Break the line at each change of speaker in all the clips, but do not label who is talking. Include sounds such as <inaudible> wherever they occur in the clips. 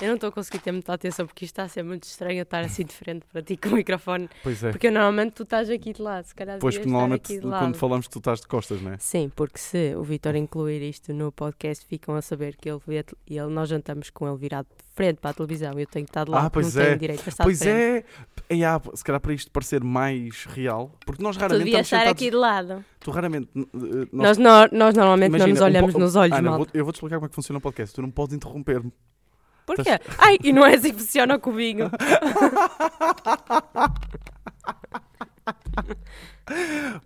Eu não estou a conseguir ter muita atenção porque isto está a ser muito estranho eu estar assim de frente para ti com o microfone.
Pois é.
Porque eu, normalmente tu estás aqui de lado, se calhar
Pois,
devias
porque
estar
normalmente
aqui de lado.
quando falamos tu estás de costas, não é?
Sim, porque se o Vitor incluir isto no podcast, ficam a saber que ele, vê- ele- nós jantamos com ele virado de frente para a televisão. Eu tenho que estar de lado,
Ah,
porque
pois
não
é.
tenho direito a estar
pois
de frente.
é. é ah, se calhar para isto parecer mais real, porque nós
Tu
raramente
devias
estamos
estar
sentados...
aqui de lado.
Tu raramente... eh, eh, nós-
Nós, no- nós normalmente não
imagina,
nos
um
olhamos
po-
nos olhos,
Ana,
mal.
vou- tá eu vou-te explicar como é que funciona o podcast. Tu não podes interromper-me. <laughs>
Porquê? Ai, e não é assim que funciona o cubinho.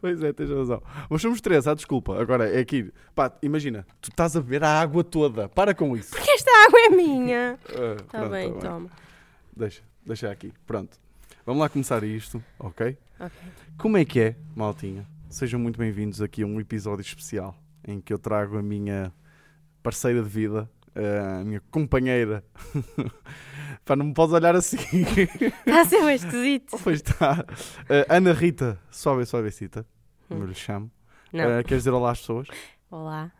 Pois é, tens razão. Mas somos três, ah, desculpa. Agora, é aqui. Pá, imagina, tu estás a beber a água toda. Para com isso.
Porque esta água é minha.
Ah,
Está
pronto,
bem, então.
tá
toma.
Deixa, deixa aqui. Pronto. Vamos lá começar isto, ok?
Ok.
Como é que é, maltinha? Sejam muito bem-vindos aqui a um episódio especial em que eu trago a minha parceira de vida, eh, a minha companheira. <laughs> Pá, não me podes olhar assim. <laughs>
Está a ser um esquisito.
pois está. Eh, Ana Rita, sobe, sobe, cita. Como eu lhe chamo.
Hum. Não.
Eh, queres dizer olá às pessoas?
Olá.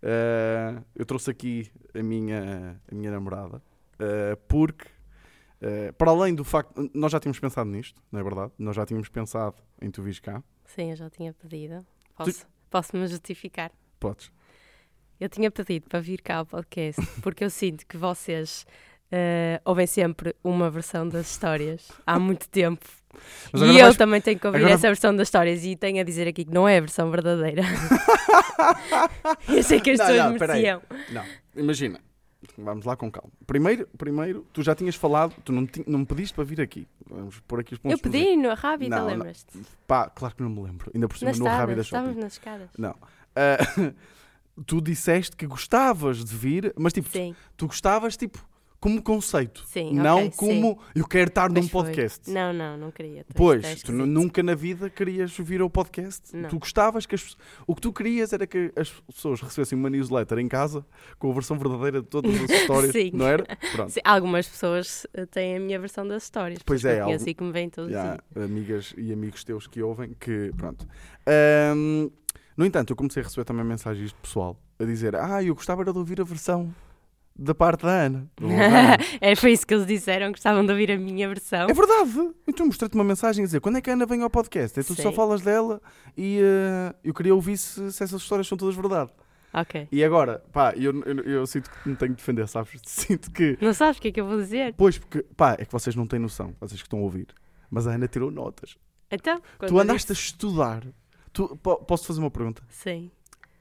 Eh, eu trouxe aqui a minha, a minha namorada, eh, porque, eh, para além do facto, nós já tínhamos pensado nisto, não é verdade? Nós já tínhamos pensado em tu vires cá,
Sim, eu já tinha pedido. Posso- Posso-me justificar?
podes.
Eu tinha pedido para vir cá ao podcast
<laughs>
porque eu sinto que vocês eh, ouvem sempre uma versão das histórias há muito tempo.
<laughs> Mas
e
agora
eu
vais-
também tenho que ouvir
agora-
essa versão das histórias e tenho a dizer aqui que não é a
<laughs>
versão verdadeira. eu sei que as
Não,
pessoas
não, peraí.
mereciam.
Não, <laughs> imagina, vamos lá com calma. Primeiro, primeiro tu já tinhas falado, tu não, ti- não me pediste para vir aqui. Vamos pôr aqui os pontos
Eu pedi no Rábida,
Não, não.
lembras-te?
nos is. Pá, claro que não me lembro, ainda por cima
Nas
no Rábida
escadas,
Shopping.
estávamos nas escadas.
Não. Ah, <laughs> tu disseste que gostavas de vir, mas tipo,
Sim,
tu gostavas tipo como conceito.
sim.
não
ok, sim.
como eu quero estar num
Pois foi.
podcast.
Não, não, não queria. tu- tu
Pois,
és
tu nu-
esquisito.
nunca na vida querias vir ao podcast.
Não.
Tu gostavas que as pessoas. O que tu querias era que as pessoas recebessem uma newsletter em casa com a versão verdadeira de todas
<laughs>
as histórias.
Sim.
Não era? Pronto.
Sim, algumas pessoas eh, têm a minha versão das histórias.
Pois é,
pessoas que eu conheço
algum-
e que me vêm todos
E
os
há
dias.
amigas e amigos teus que ouvem que. Pronto. Ahm, no entanto, eu comecei a receber também mensagens de pessoal a dizer: Ah, eu gostava era de ouvir a versão da parte da Ana. Do Ana.
<laughs> é, foi isso que eles disseram, gostavam de ouvir a minha versão.
É verdade. Então mostrei-te uma mensagem a dizer quando é que a Ana vem ao podcast? É tu só
Sim.
falas dela e eh, eu queria ouvir se, se essas histórias são todas verdade.
Ok.
E agora, pá, eu, eu, eu sinto que me tenho que defender, sabes? <laughs> Sinto que.
Não sabes o que é que eu vou dizer?
Pois, porque, pá, é que vocês não têm noção, vocês que estão a ouvir. Mas a Ana tirou notas.
Então, quando
tu
eu
andaste a estudar. Tu, po- posso fazer uma pergunta?
disse- Sim.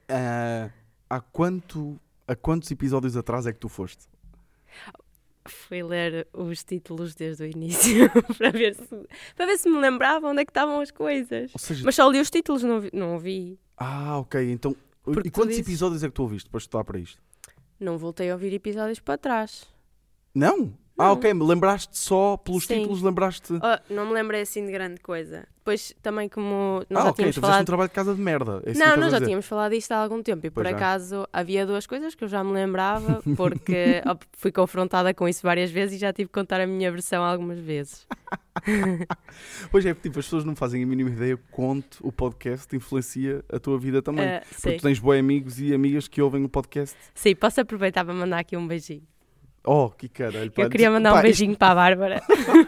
Ah, há, quanto, há quantos episódios atrás é que tu foste?
Fui ler os títulos desde o início <laughs> para, ver se, para ver se me lembrava onde é que estavam as coisas.
Ou seja,
Mas só li os títulos, não vi. Não, vi.
ah, ok, então.
Porque
e
tu
quantos
dizes-
episódios é que tu ouviste para estudar para isto?
não voltei a ouvir episódios para trás.
Não? Ah,
Não.
ok, me lembraste só pelos
Sim.
títulos, lembraste.
Oh, não me lembrei assim de grande coisa. Depois também como nós
ah,
já
ok, tu
tínhamos
fizeste um
falado
trabalho de casa de merda. é isso que
Não,
me estás
nós
a
já
dizer.
tínhamos falado disto há algum tempo e por
Pois já.
acaso havia duas coisas que eu já
<laughs>
me lembrava porque op, fui confrontada com isso várias vezes e já tive que contar a minha versão algumas vezes.
Pois é, tipo, as pessoas não fazem a mínima ideia quanto o podcast influencia a tua vida também.
Ah,
Porque
sim.
tu tens boi amigos e amigas que ouvem o podcast.
sim, posso aproveitar para mandar aqui um beijinho.
Oh, que caralho. pá. tipo,
Eu queria mandar um
Pá,
beijinho para
<laughs>
a Bárbara.
Isto,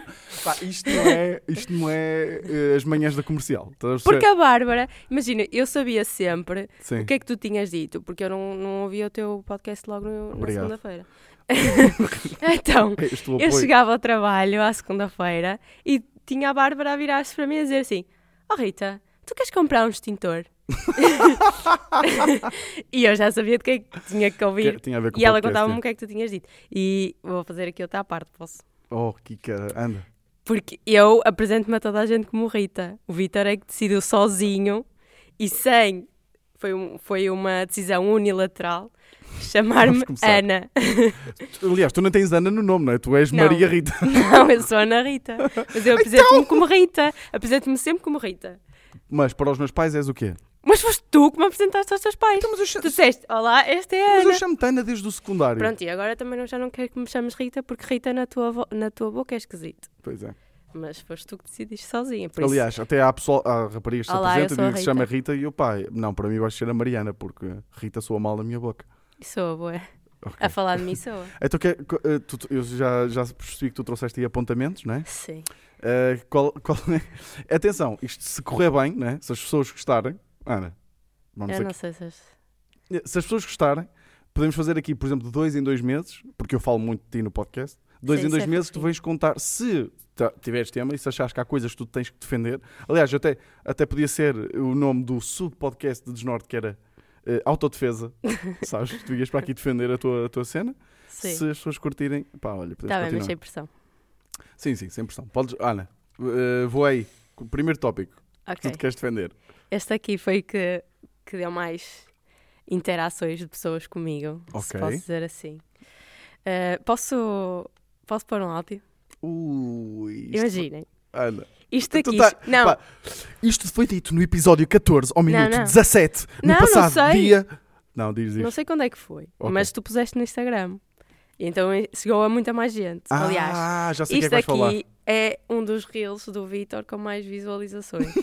pá, isto não é, isto não é eh, as manhãs da comercial. Estás a
Porque a Bárbara, imagina, eu sabia sempre
perceber? Sim.
o que é que tu tinhas dito, porque eu não, não ouvia o teu podcast logo no- na
Obrigado.
segunda-feira. <laughs> então,
É, Este o
Eu
apoio.
chegava ao trabalho à segunda-feira e tinha a Bárbara a virar-se para mim e dizer assim: Oh Rita, tu queres comprar um extintor? <laughs> e eu já sabia de que é que tinha que ouvir.
Que- tinha a ver com
E ela
podcast,
contava-me
é.
o que é que tu tinhas dito. E vou fazer aqui outra parte, posso?
Oh, que caralho. Anda.
Porque eu apresento-me a toda a gente como Rita. O Vitor é que decidiu sozinho e sem. Foi, um- foi uma decisão unilateral chamar-me
Vamos começar.
Ana.
Aliás, tu não tens Ana no nome, não é? Tu és
Não.
Maria Rita.
<laughs> Não, eu sou Ana Rita. Mas eu apresento-me
Então?
como Rita. Apresento-me sempre como Rita.
Mas para os meus pais és o quê?
Mas foste tu que me apresentaste aos teus pais.
Então, mas eu, cha-
Tu disseste, olá, esta é a
mas eu
Ana.
chamo-te Ana desde o secundário.
Pronto, e agora também não- já não quero que me chames Rita, porque Rita na tua, vo- na tua boca é esquisito.
Pois é.
Mas foste tu que decidiste sozinha. Por isso,
Aliás, até há, pessoal, há raparigas que se
Olá, eu
apresentam
sou
e dizem que
a
se
Rita.
chama Rita e eu, pá, não, para mim vais ser a Mariana, porque Rita soa mal na minha boca.
sou a boa.
Ok.
a falar de Missoa.
Então, que- co- eh, tu- tu- eu já, já percebi que tu trouxeste aí apontamentos, não é?
Sim.
Eh, qual, qual é? <laughs> Atenção, isto se correr bem, não é? se as pessoas gostarem, Ana, vamos
Eu
aqui.
não sei se. és-
Eh, Se as pessoas gostarem, podemos fazer aqui, por exemplo, de dois em dois meses, porque eu falo muito de ti no podcast. Dois
Sim, é
em dois
certo,
meses, tu
sim.
vais contar se ta- tiveres tema e se achares que há coisas que tu tens que defender. Aliás, eu até, até podia ser o nome do sub-podcast de Desnorte, que era eh,
<laughs>
Autodefesa. Sabes? Tu ias para aqui defender a tua, a tua cena.
Sim.
Se as pessoas curtirem, pá, olha, podemos
Está bem, mas
continuar.
sem pressão.
Sim, sim, sem pressão. Podes, Ana, eh, vou aí. com o Primeiro tópico que
Ok.
tu te queres defender.
Esta aqui foi que, que deu mais interações de pessoas comigo, se
Ok.
posso dizer assim. Eh, posso, posso pôr um áudio?
Ui, isto-
Imaginem.
Ana.
Isto
Tu
aqui.
tá-
Não,
Pá, isto foi dito no episódio 14, ao minuto
não.
17, no
Não, não
passado
sei.
dia. Não, diz
não
isto.
sei quando é que foi,
Ok.
mas tu puseste no Instagram. E Então chegou a muita mais gente. Aliás,
ah, já sei o que é
isto
que vais
aqui
falar.
é um dos reels do Vitor com mais
<laughs>
visualizações.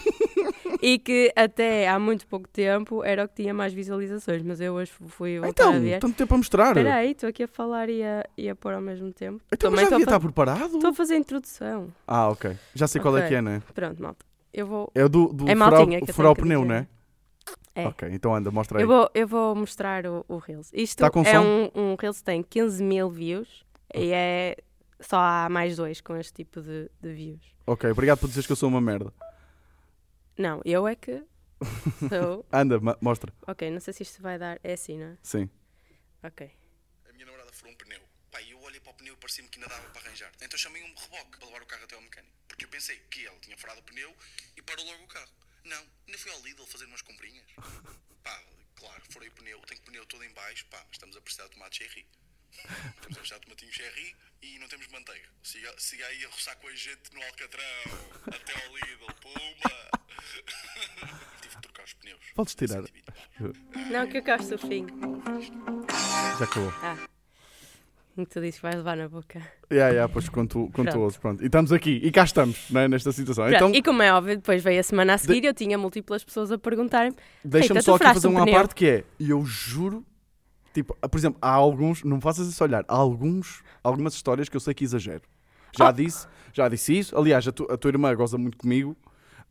e que até há muito pouco tempo era o que tinha mais visualizações, mas eu hoje fui voltar a
Então,
ver.
tanto tempo a mostrar.
Espera aí, estou aqui a falar e a, e a pôr ao mesmo tempo.
Então, mas
Também
já
estou
devia
a fa-
estar preparado.
Estou a fazer a introdução.
Ah, ok. Já sei qual é
Ok.
que é, não é?
Pronto, malta. Eu vou,
É do, do
É
furar,
maltinha que eu tenho
furar o
que
pneu,
dizer.
não é?
É.
Ok, então anda, mostra aí.
eu vou, eu vou mostrar o, o Reels. Isto
Tá com
é
som?
um, um Reels que tem 15 mil views e é só há mais dois com este tipo de, de views.
Ok, obrigado por dizeres que eu sou uma merda.
Não, eu é que
<laughs>
sou.
Anda, ma- mostra.
ok, não sei se isto vai dar. É assim, não é?
Sim.
Ok.
A minha namorada furou um pneu. Pá, e eu olhei para o pneu e parecia-me que ainda dava para arranjar. Então chamei um reboque para levar o carro até ao mecânico. Porque eu pensei que ele tinha furado o pneu e parou logo o carro. Não, ainda fui ao Lidl fazer umas
<laughs>
comprinhas. Pá, claro, furei o pneu, tenho o pneu todo em baixo. Pá, mas estamos a precisar de tomate cherry. Estamos a precisar de tomatinho cherry e não temos manteiga. Siga, siga aí a roçar com a gente no Alcatrão. Até ao Lidl, puma.
<laughs>
Tive que trocar os pneus.
Podes tirar.
Não, que eu gosto do fim.
Já acabou.
Em que tu dizes que vais levar na boca.
Yeah, yeah, pois quando tu, quando tu
Pronto.
ouves, pronto. E estamos aqui, e cá estamos, não é? Nesta situação. Então,
Pronto, e como é óbvio, depois veio a semana a seguir e eu tinha múltiplas pessoas a perguntarem
Deixa-me
Rita,
só
tu
aqui
furaste
fazer
um
uma
pneu.
parte que é, eu juro, tipo, ah, por exemplo, há alguns, não me faças isso olhar, há alguns, algumas histórias que eu sei que exagero. Já
Ah.
disse, já disse isso. Aliás, a, tu- a tua irmã goza muito comigo,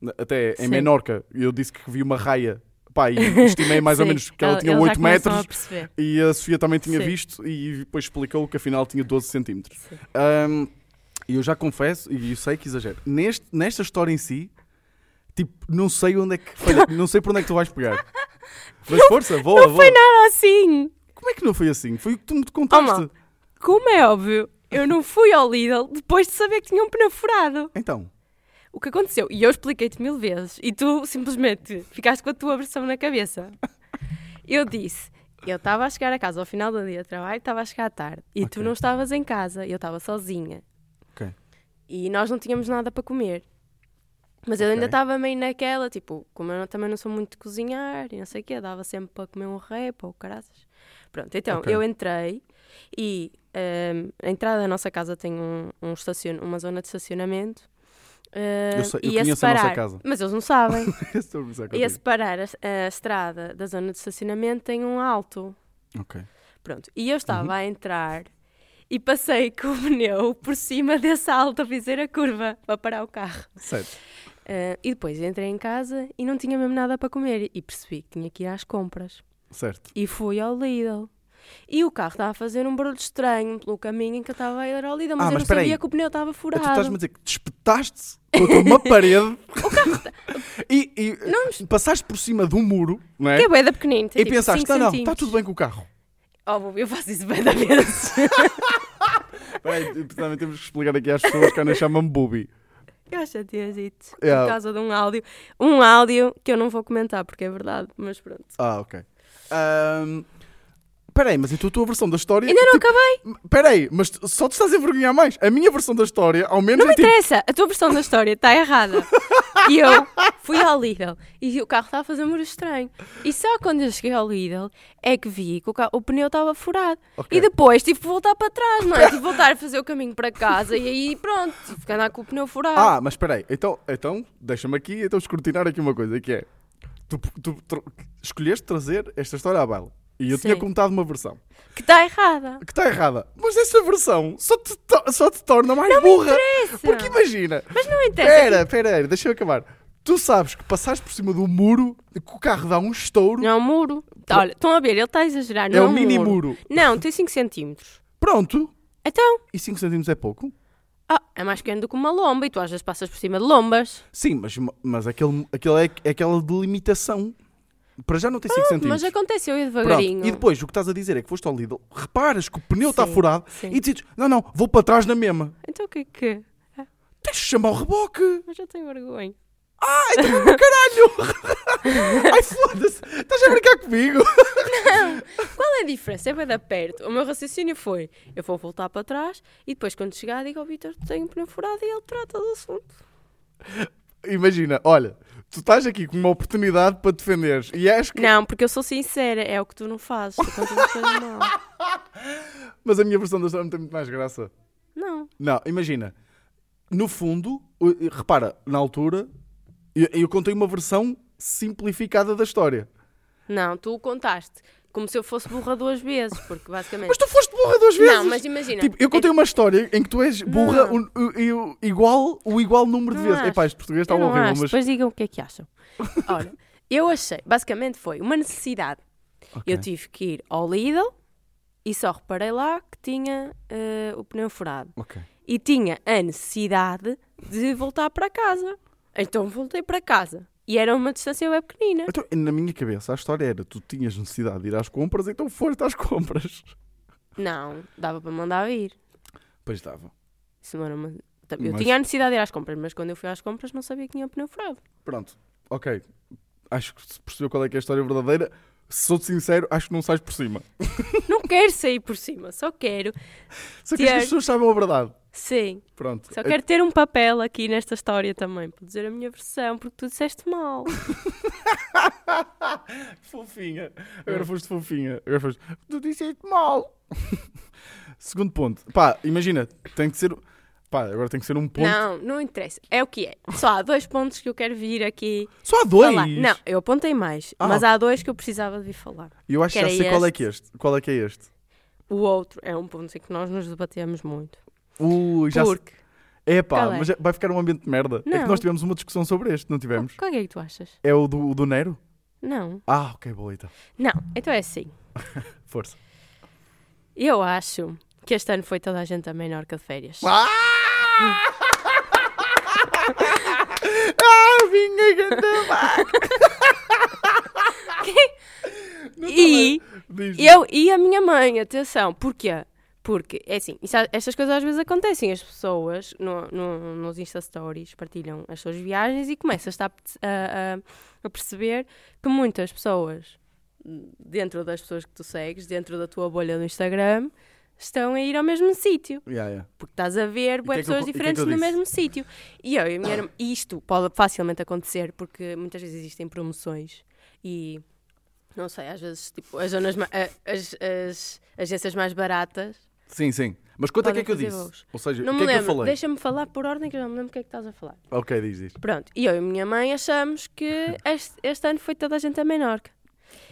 na- até em
Sim.
Menorca, eu disse que vi uma raia, pá, e
<laughs>
estimei mais ou
Sim,
menos que ela,
ele-
tinha
eles já
8
começam
metros.
A perceber.
E a Sofia também tinha
Sim.
visto e depois explicou que afinal tinha 12 centímetros.
Sim.
Ahm, E eu já confesso, e eu sei que exagero, neste, nesta história em si, tipo, não sei onde é que falha- não sei por onde é que tu vais
<laughs>
pegar. Mas força, boa,
Não
boa.
foi nada assim!
Como é que não foi assim? Foi o que tu me
Oh,
contaste.
mal. Como é óbvio, eu não fui ao Lidl depois de saber que tinha um pneu furado.
então,
O que aconteceu? E eu expliquei-te mil vezes e tu simplesmente ficaste com a tua versão na cabeça. Eu disse. Eu estava a chegar a casa ao final do dia de trabalho, estava a chegar à tarde e tu
Ok.
não estavas em casa, eu estava sozinha
ok.
e nós não tínhamos nada para comer. Mas eu ainda
Ok.
estava meio naquela, tipo, como eu não- também não sou muito de cozinhar e não sei o quê, dava sempre para comer um rap ou caraças. Pronto, então
Ok.
eu entrei e hum, a entrada da nossa casa tem um, um estacion- uma zona de estacionamento. hum,
Eu sei- eu
e
conheço a nossa
separar-
casa.
Mas eles
<laughs>
não sabem.
<laughs> Estou a começar
e a
contigo.
separar a, a estrada da zona de estacionamento tem um alto.
Ok.
Pronto, e eu estava a entrar e passei <laughs> com o pneu por cima desse alto a fazer a curva para parar o carro.
Certo.
Ah, e depois entrei em casa e não tinha mesmo nada para comer e percebi que tinha que ir às compras.
Certo.
E fui ao Lidl. E o carro estava a fazer um barulho estranho pelo caminho em que eu estava a ir ao Lidl, mas
Ah, mas
eu não
espera aí. Então
sabia que o pneu estava
Tu estás-me a
furado.
dizer que te espetaste contra
<laughs>
uma parede <laughs> e, e passaste por cima de um muro, não é?
Que é bué da pequenino, tem
E
tipo
pensaste, "Ah,
cinco
não, não, está
centímetros."
tudo bem com o carro.
Oh, bobo, eu faço isso bué da vezes.
Peraí, também temos que explicar aqui às pessoas que ainda chamam-me Bubi.
<laughs> eu já tinha dito,
Yeah.
por causa de um áudio. Um áudio que eu não vou comentar porque é verdade, mas pronto.
Ah, ok. Ahm, Peraí, mas então a tua versão da história.
Ainda não
tipo,
acabei.
Peraí, mas tu- só te estás a envergonhar mais. A minha versão da história, ao menos.
Não me
é tipo-
interessa, a tua versão da história está errada. E eu fui ao Lidl e o carro estava a fazer um barulho estranho. E só quando eu cheguei ao Lidl é que vi que o, ca- o pneu estava furado.
Ok.
E depois tive que voltar para trás, não é? Tive que voltar a fazer o caminho para casa e aí pronto, tive que andar com o pneu furado.
Ah, mas peraí, então, então deixa-me aqui, então escrutinar aqui uma coisa que é. Tu, tu tro- escolheste trazer esta história à baila. E eu tinha
Sim.
contado uma versão
Que está errada.
que está errada, mas essa versão só te, to- só te torna mais burra.
interessa.
Porque imagina,
Mas não interessa.
pera, pera, pera, deixa eu acabar. Tu sabes que passaste por cima do muro, que o carro dá um estouro,
Não é um muro. Olha, estão a ver, ele está a exagerar. Não é
é
um
um mini
muro.
muro.
Não, tem 5 centímetros.
Pronto,
Então,
e 5 centímetros é pouco?
ah, é mais pequeno do que uma lomba e tu às vezes passas por cima de lombas.
Sim, mas, mas aquele, aquele é, é aquela delimitação. Para já não tem 5 centímetros.
Ah, Mas é aconteceu e
Pronto,
devagarinho.
E depois o que estás a dizer é que foste ao Lidl, reparas que o pneu está
Sim,
furado
sim.
e decides: não, não, vou para trás na mesma.
Então o que é que. Ah,
Tens de chamar o reboque.
mas eu tenho vergonha.
Ai, tu
<laughs>
caralho! Ai, foda-se! Estás a brincar comigo?
Qual é a diferença? É bem da perto. O meu raciocínio foi: eu vou voltar para trás e depois, quando chegar, digo ao Vitor que tenho um pneu furado e ele trata do assunto.
Imagina, olha, tu estás aqui com uma oportunidade para defenderes e acho que.
Não, porque eu sou sincera, é o que tu não fazes. Tu continuas a fazer mal.
Mas a minha versão da história não tem muito mais graça.
<laughs> Não.
Não, imagina. No fundo, o- repara, na altura, eu, eu contei uma versão simplificada da história.
Não, tu o contaste. Como se eu fosse burra duas vezes, porque basicamente.
Mas tu foste burra duas vezes!
Não, mas imagina.
Tipo, eu contei uma história em que tu és burra
Não.
o- o- o- igual, o igual número de
Não
vezes.
acho.
Epá, este português está
Eu não
tá horrível,
acho,
mas.
Depois digam o que é que acham.
<laughs>
Olha, eu achei, basicamente foi uma necessidade.
Ok.
Eu tive que ir ao Lidl e só reparei lá que tinha eh, o pneu furado.
Ok.
E tinha a necessidade de voltar para casa. Então voltei para casa. E era uma distância bem pequenina.
Então, na minha cabeça, a história era: tu tinhas necessidade de ir às compras, então foste às compras.
Não, dava para mandar vir.
Pois estava.
Isso não era uma- Eu
Mas-
tinha a necessidade de ir às compras, mas quando eu fui às compras não sabia que tinha pneu furado.
Pronto, ok. Acho que se percebeu qual é que é a história verdadeira. Se sou sincero, acho que não sais por cima.
Não quero sair por cima, só quero.
Só que as
Tiago.
pessoas sabem a verdade.
Sim.
Pronto.
Só quero ter um papel aqui nesta história também, para dizer a minha versão, porque tu disseste mal.
<laughs> Fofinha. Agora foste fofinha. Agora foste. Tu disseste mal. <laughs> Segundo ponto. Pá, imagina, tem que ser. Pá, agora tem que ser um ponto.
Não, não interessa. É o que é. Só há dois pontos que eu quero vir aqui
Só há dois.
falar. Não, eu apontei mais,
Ah.
mas há dois que eu precisava de vir falar.
Eu acho que já
Que
sei
era
qual é que é este. Qual é que é este?
O outro é um ponto em que nós nos debatemos muito.
Ui, Uh, já sei.
porque.
É pá,
Qual é?
mas é- vai ficar um ambiente de merda. É que
Não.
nós tivemos uma discussão sobre este, não tivemos?
Qual é que tu achas?
É o do, o do Nero?
Não.
Ah, ok, boa então.
Não, então é assim.
Força.
Eu acho que este ano foi toda a gente a Menorca de férias.
Ah! <laughs> ah, vinha grande <laughs> vaca!
E
Diz.
eu e a minha mãe, atenção. Porquê? Porque, é assim, isso- estas coisas às vezes acontecem. As pessoas no, no- nos Insta Stories partilham as suas viagens e começas a, a, a- a perceber que muitas pessoas, dentro das pessoas que tu segues, dentro da tua bolha do Instagram, estão a ir ao mesmo sítio.
Yeah, yeah.
Porque estás a ver bué
que é que eu
pessoas
co- e que é que
diferentes
eu
no
disse?
mesmo sítio. E eu e a minha irmã, e isto pode facilmente acontecer porque muitas vezes existem promoções e não sei, às vezes tipo, as, zonas ma- a- as, as agências mais baratas.
Sim, sim. Mas quanto é que é
Podem
que eu
fazer
disse?
voos.
Ou seja,
Não
o
me
que é que eu
lembro,
falei?
deixa-me falar por ordem que eu já me lembro o que é que estás a falar.
Ok, diz, diz.
Pronto, e eu e a minha mãe achamos
<laughs>
que este, este ano foi toda a gente a Menorca.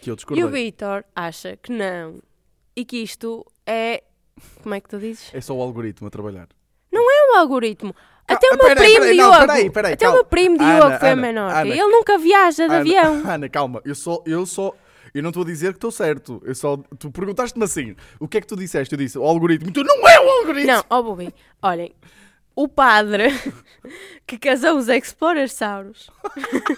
Que eu
E o
discordei.
Vitor acha que não e que isto é. Como é que tu dizes?
É só o algoritmo a trabalhar.
Não é um algoritmo. Até
Ah,
o meu
peraí,
primo
peraí, não,
Diogo.
peraí, peraí,
até o
calma.
meu primo
Ana,
Diogo foi a
Ana,
Menorca.
Ana.
Ele nunca viaja de
Ana,
avião.
<laughs> Ana, calma. Eu só. Eu só eu não estou a dizer que estou certo. Eu só. Tu perguntaste-me assim. O que é que tu disseste? Eu disse o algoritmo. E Tu não é o algoritmo!
Não, ó Bubi, olhem. O padre <laughs> que casou os Explorasauros. <laughs>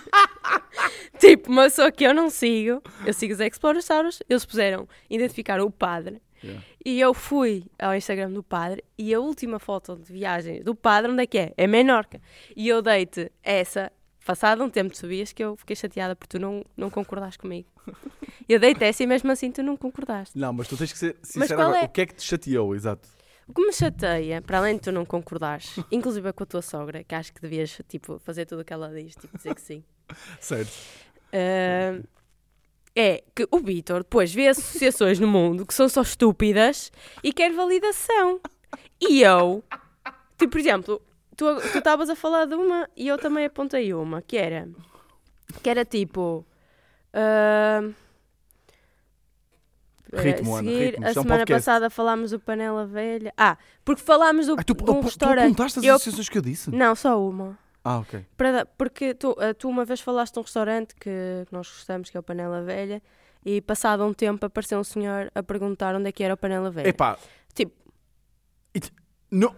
tipo, uma pessoa que eu não sigo. Eu sigo os Explorasauros. Eles puseram, identificaram o padre.
Yeah.
E eu fui ao Instagram do padre e a última foto de viagem do padre, onde é que é? É Menorca. E eu dei-te essa. Passado um tempo, tu sabias que eu fiquei chateada porque tu não, não concordaste comigo. Eu dei-te essa e mesmo assim tu não concordaste.
Não, mas tu tens que ser
Mas
sincero
qual
agora.
é-
O que é que te chateou, exato?
O que me chateia, para além de tu não concordares, <laughs> inclusive é com a tua sogra, que acho que devias tipo, fazer tudo o que ela diz, tipo, dizer que sim,
Certo.
ah, é que o Vitor depois vê associações no mundo que são só estúpidas e quer validação. E eu, tipo, por exemplo, tu tu estavas a falar de uma e eu também apontei uma, que era, que era tipo. ah, eh,
Ritmo, Ana,
seguir.
ritmo.
A
Isto é um
semana
podcast.
passada falámos do Panela Velha. Ah, porque falámos do,
Ah, tu,
de
tu
um restaurante.
apontaste as
Eu-
associações que eu disse?
Não, só uma.
Ah, ok.
Para dar- porque tu, eh, tu uma vez falaste de um restaurante que nós gostamos, que é o Panela Velha, e passado um tempo apareceu um senhor a perguntar onde é que era o Panela Velha.
Epá,
Tipo,
It- Não.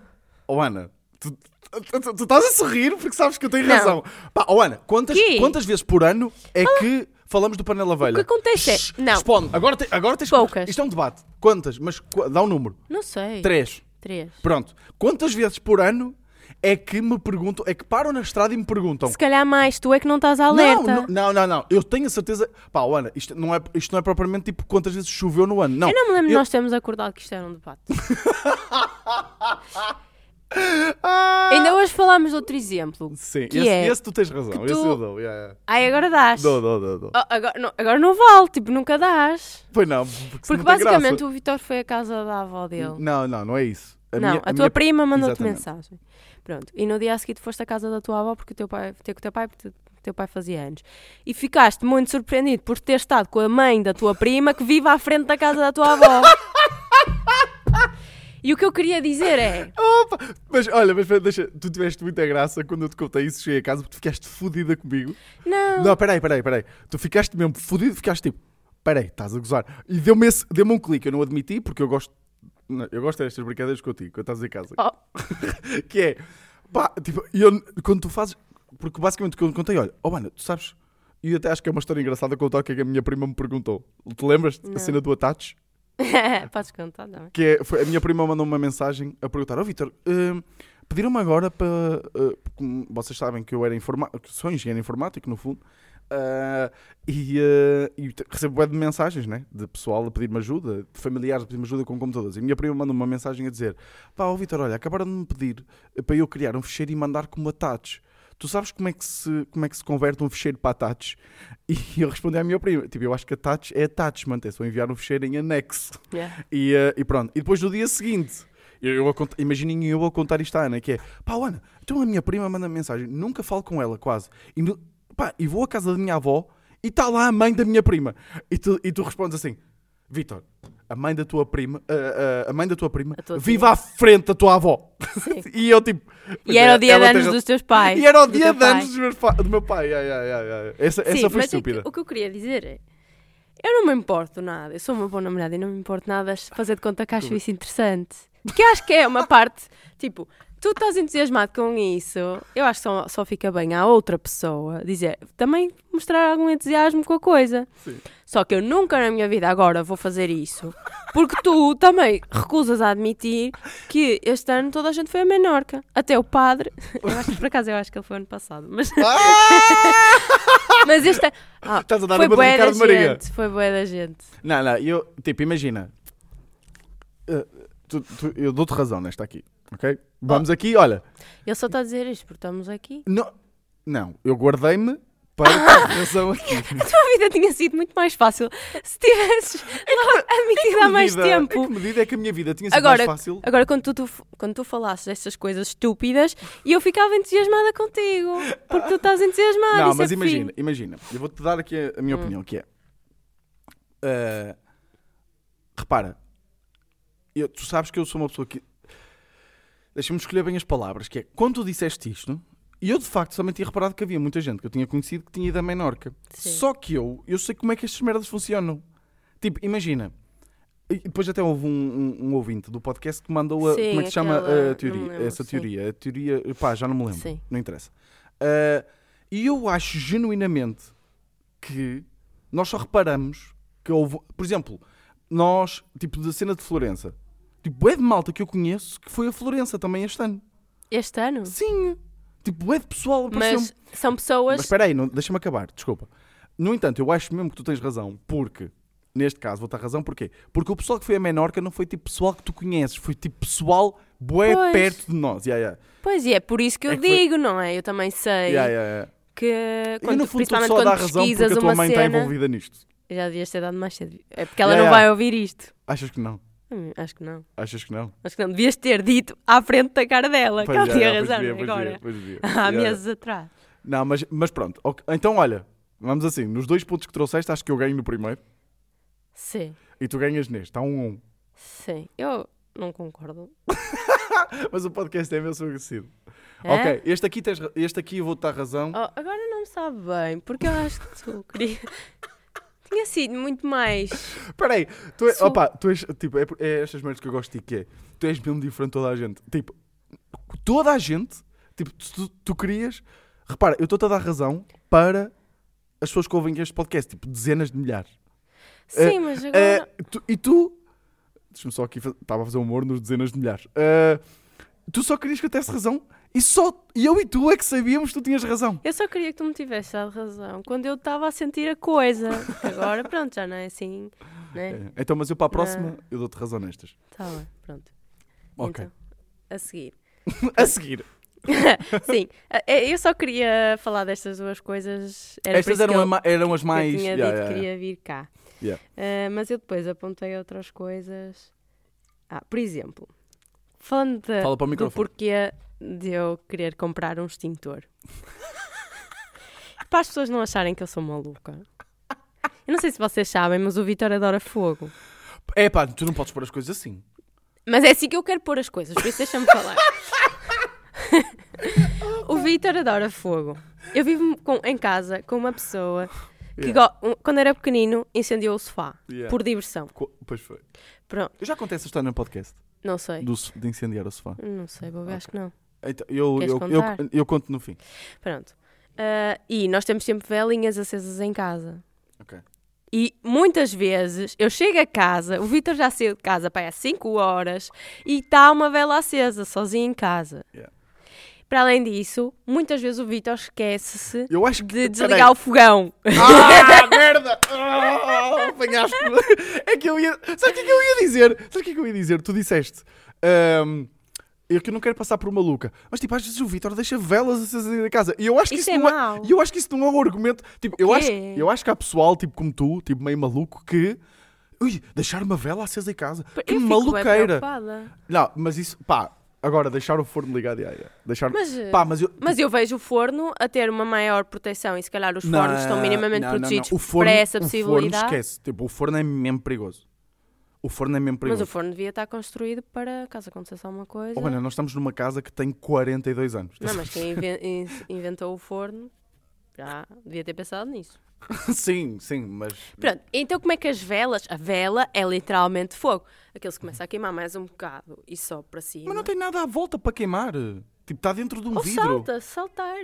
Oh, Ana, tu, tu- tu- tu estás a sorrir porque sabes que eu tenho
Não.
razão. Pá, oh, Ana, quantas,
Quê? Ah.
quantas vezes por ano é que falamos do panela velha?
o que acontece é.
Shhh,
Não,
Responde. Agora, te- agora tens que-
Poucas.
Isto é um debate. Quantas? Mas qu- dá um número.
não sei.
Três.
Três.
Pronto. Quantas vezes por ano é que me perguntam, é que param na estrada e me perguntam?
Se calhar mais, tu é que não estás alerta.
Não, não, não, não, não. Eu tenho a certeza. Pá, oh, Ana, isto não, é, isto não é propriamente tipo quantas vezes choveu no ano. Não.
Eu não me lembro de
Eu-
nós termos acordado que isto era um
<laughs>
debate. Ainda hoje falámos de outro exemplo.
Ah! Sim,
que
esse,
é
esse tu tens razão.
que
Esse
tu-
eu dou. Yeah, yeah.
Ai, agora dás.
Dou, dou, dou, dou.
Oh, agora, não, agora não vale, tipo, nunca dás.
Pois não, porque,
Porque basicamente o Vitor foi à casa da avó dele.
Não, não, não é isso.
não,
minha-
a, tua
minha-
prima mandou-te
Exatamente.
mensagem. Pronto. E no dia a seguir tu foste à casa da tua avó porque o teu pai, ter com o teu pai, porque o teu pai fazia anos. E ficaste muito surpreendido por ter estado com a mãe da tua prima que vive à frente da casa da tua avó. <laughs> e o que eu queria dizer é.
Opa! Mas olha, mas pera, deixa, tu tiveste muita graça quando eu te contei isso, cheguei a casa porque tu ficaste fodida comigo.
Não.
Não, peraí, peraí, peraí. Tu ficaste mesmo fodido, ficaste tipo, peraí, estás a gozar. E deu-me esse- deu-me um clique, eu não admiti porque eu gosto, não, eu gosto destas brincadeiras contigo, quando estás em casa.
Oh, <laughs>
<laughs> que é, pá, tipo, e eu- quando tu fazes, porque basicamente o que eu contei, olha, oh mano, tu sabes, e até acho que é uma história engraçada contar o que é que a minha prima me perguntou. Te lembras da cena do Atates?
Podes contar também.
Que é, foi- a minha prima mandou uma mensagem a perguntar: Ó Vitor, pediram-me agora para. eh, como vocês sabem que eu era informa- que sou engenheiro informático, no fundo, ah, e, eh, e te- recebo bué de mensagens, né? De pessoal a pedir-me ajuda, de familiares a pedir-me ajuda com computadores. E a minha prima mandou uma mensagem a dizer: Pá, ó Vitor, olha, acabaram de me pedir eh, para eu criar um fecheiro e mandar como ataques. Tu sabes como é, que se, como é que se converte um fecheiro para ataques? <laughs> E eu respondi à minha prima: Tipo, eu acho que ataques é ataques, mantém-se. Vou enviar um fecheiro em anexo.
Yeah.
E, eh, e pronto, e depois no dia seguinte, eu, eu a cont- imaginem eu a contar isto à Ana, que é, pá Ana, então a minha prima manda mensagem, nunca falo com ela quase, e, no- pá, e vou à casa da minha avó e está lá a mãe da minha prima. E tu, e tu respondes assim, Vitor, a mãe da tua prima, a, a mãe da tua prima
A tua
vive
tia."
à frente da tua avó.
Sim.
<laughs> e eu tipo...
E era o dia de
ela tem
anos
razão.
dos teus pais.
E era o
do
dia
teu
de
pai.
anos dos meus pa- do meu pai. ai, ai, ai, ai. Essa,
Sim,
essa foi
mas é que
estúpida.
o que eu queria dizer é. Eu não me importo nada, eu sou uma boa namorada e não me importo nada se fazer de conta que acho isso interessante. Porque acho que é uma parte, tipo, tu estás entusiasmado com isso, eu acho que só, só fica bem à outra pessoa dizer, também mostrar algum entusiasmo com a coisa. Só que eu nunca na minha vida agora vou fazer isso, porque tu também recusas a admitir que este ano toda a gente foi a Menorca. Até o padre, <laughs> eu acho que por acaso eu acho que ele foi ano passado, mas.
Ah!
Mas este. Ah,
Estás a dar
foi
uma de
bué da
Ricardo Maria.
gente. Foi bué da gente.
Não, não, eu, tipo, imagina. Uh, tu- tu- eu dou-te razão nesta aqui, ok? Vamos
Oh.
aqui, olha.
Ele só está a dizer isto porque estamos aqui.
Não, não eu guardei-me para
<laughs>
ter razão aqui.
A tua vida tinha sido muito mais fácil se tivesses
É
logo admitido há mais
Medida- em
tempo.
Que medida é que a minha vida tinha sido
Agora,
mais fácil?
agora quando, tu, tu, quando tu falasses destas coisas estúpidas, eu ficava entusiasmada contigo. Porque tu estás entusiasmada.
não,
isso
mas
é
imagina,
fim. Hum.
imagina. Eu vou-te dar aqui a, a minha opinião, que é... uh, repara, eu- tu sabes que eu sou uma pessoa que... Deixa-me escolher bem as palavras, que é... Quando tu disseste isto, e eu de facto também tinha reparado que havia muita gente que eu tinha conhecido que tinha ido à Menorca.
Sim.
Só que eu, eu sei como é que estas merdas funcionam. Tipo, imagina... E depois até houve um, um- um ouvinte do podcast que mandou a,
Sim,
como é que se chama
aquela-
a teoria,
não me lembro,
essa
sim.
teoria, a teoria, pá, já não me lembro,
Sim.
não interessa. Ah, e eu acho genuinamente que nós só reparamos que houve, por exemplo, nós, tipo, da cena de Florença, tipo, é de malta que eu conheço que foi a Florença também este ano.
Este ano.
Sim, tipo, é de pessoal, apareceu-me.
Mas são pessoas.
Mas espera aí, não- deixa-me acabar, desculpa. No entanto, eu acho mesmo que tu tens razão, porque, neste caso, vou ter razão, porquê? Porque o pessoal que foi a Menorca não foi tipo pessoal que tu conheces, foi tipo pessoal bué
Pois.
perto de nós. Yeah, yeah.
Pois e é por isso que eu
É que foi-
digo, não é? Eu também sei
Yeah, yeah, yeah.
que
E no
quando,
fundo tu
principalmente
só dá
quando
razão porque a
pesquisas
tua
uma
mãe está
cena.
envolvida nisto.
Já devias ter dado mais cedo. É porque ela
Yeah,
não
yeah.
vai ouvir isto.
Achas que não?
Hum, Acho que não.
Achas que não?
Acho que não. Devias ter dito à frente da cara dela
Pois,
que ela
já,
tinha
já, pois
razão
devia,
não é
pois devia,
agora.
pois devia.
<laughs> Há
Yeah.
meses atrás.
Não, mas, mas pronto. ok. Então, olha, vamos assim, nos dois pontos que trouxeste, acho que eu ganho no primeiro.
Sim.
E tu ganhas neste, está um <laughs> a um.
Sim, eu não concordo.
Mas o podcast é meu, sou agressivo.
Hã?
Ok, este aqui, tens, ra- este aqui eu vou-te dar razão.
Oh, agora não me sabe bem, porque eu acho que tu queria. <laughs> Tinha sido muito mais.
Espera aí, tu, é,
Sou-
opa, tu és, tipo, é, por- é estas merdas que eu gosto de ti, que é, tu és mesmo diferente de toda a gente. Tipo, toda a gente, tipo, tu, tu querias, repara, eu estou-te a dar razão para as pessoas que ouvem este podcast, tipo, dezenas de milhares.
Sim, mas agora.
Eh, tu- e tu, deixa-me só aqui, fa- estava a fazer humor nos dezenas de milhares. Eh, tu só querias que eu tivesse razão e só e eu e tu é que sabíamos que tu tinhas razão.
Eu só queria que tu me tivesse dado razão quando eu estava a sentir a coisa. Agora, pronto, já não é assim. Né?
É, Então, mas eu para a próxima, eu dou-te razão nestas.
Tá bem, pronto.
Ok.
Então, a seguir.
a seguir.
Sim, eh, eu só queria falar destas duas coisas. Era por
Estas
isso que
eram,
eu-
a ma- eram as
que
mais.
Eu tinha
Yeah,
dito
yeah,
que
yeah.
queria vir cá.
Yeah.
Ah, mas eu depois apontei outras coisas. Ah, por exemplo, falando de,
Fala para o
do
microfone.
porquê de eu querer comprar um extintor. para as pessoas não acharem que eu sou maluca. Eu não sei se vocês sabem, mas o Vitor adora fogo.
É pá, tu não podes pôr as coisas assim.
Mas é assim que eu quero pôr as coisas, por isso deixa-me
<laughs>
falar. o Vitor adora fogo. Eu vivo com- em casa com uma pessoa que,
Yeah.
go- um- quando era pequenino, incendiou o sofá
Yeah.
por diversão.
Co- Pois foi.
Pronto,
Eu já contei essa história no podcast
não sei.
do so- de incendiar o sofá.
Não sei, Bob, acho que não.
Então, eu,
Queres
eu, eu,
contar?
eu conto no fim.
Pronto. Ah, e nós temos sempre velinhas acesas em casa.
Ok.
E muitas vezes eu chego a casa, o Vitor já saiu de casa para às 5 horas e está uma vela acesa, sozinho em casa.
Yeah.
Para além disso, muitas vezes o Vitor esquece
Eu acho que.
de desligar o fogão. <laughs>
Ah, merda! Ah, apanhaste-me. É que eu ia. Sabe o que é que eu ia dizer? Sabe o que é que eu ia dizer? Tu disseste. ahm, eu que não quero passar por maluca. Mas tipo, às vezes o Vitor deixa velas acesas em casa. E eu acho que isso,
Isso é
não
mau.
E eu acho que isso não é um argumento. Tipo, eu acho,
quê?
eu acho que há pessoal, tipo como tu, tipo meio maluco, que. Ui, deixar uma vela acesa em casa. Que
eu fico bué
maluqueira!
preocupada.
Não, mas isso, pá, agora deixar o forno ligado, ia, ia. Deixar...
Mas, eh,
pá, mas eu,
Mas eu vejo o forno a ter uma maior proteção e se calhar os fornos estão minimamente
não, não,
protegidos
não. O forno-
para essa
O forno
possibilidade.
esquece, tipo, o forno é mesmo perigoso. O forno é mesmo
mas
perigoso.
o forno devia estar construído para caso acontecesse alguma coisa.
Olha, nós estamos numa casa que tem 42 anos.
Não, mas quem inven- <laughs> in- inventou o forno já devia ter pensado nisso.
<laughs> sim, sim, mas
Pronto, então como é que as velas? A vela é literalmente fogo. Aquilo se começa a queimar mais um bocado e só para cima.
Mas não tem nada à volta para queimar. Tipo, está dentro de um
Ou
vidro.
Oh, salta, saltar.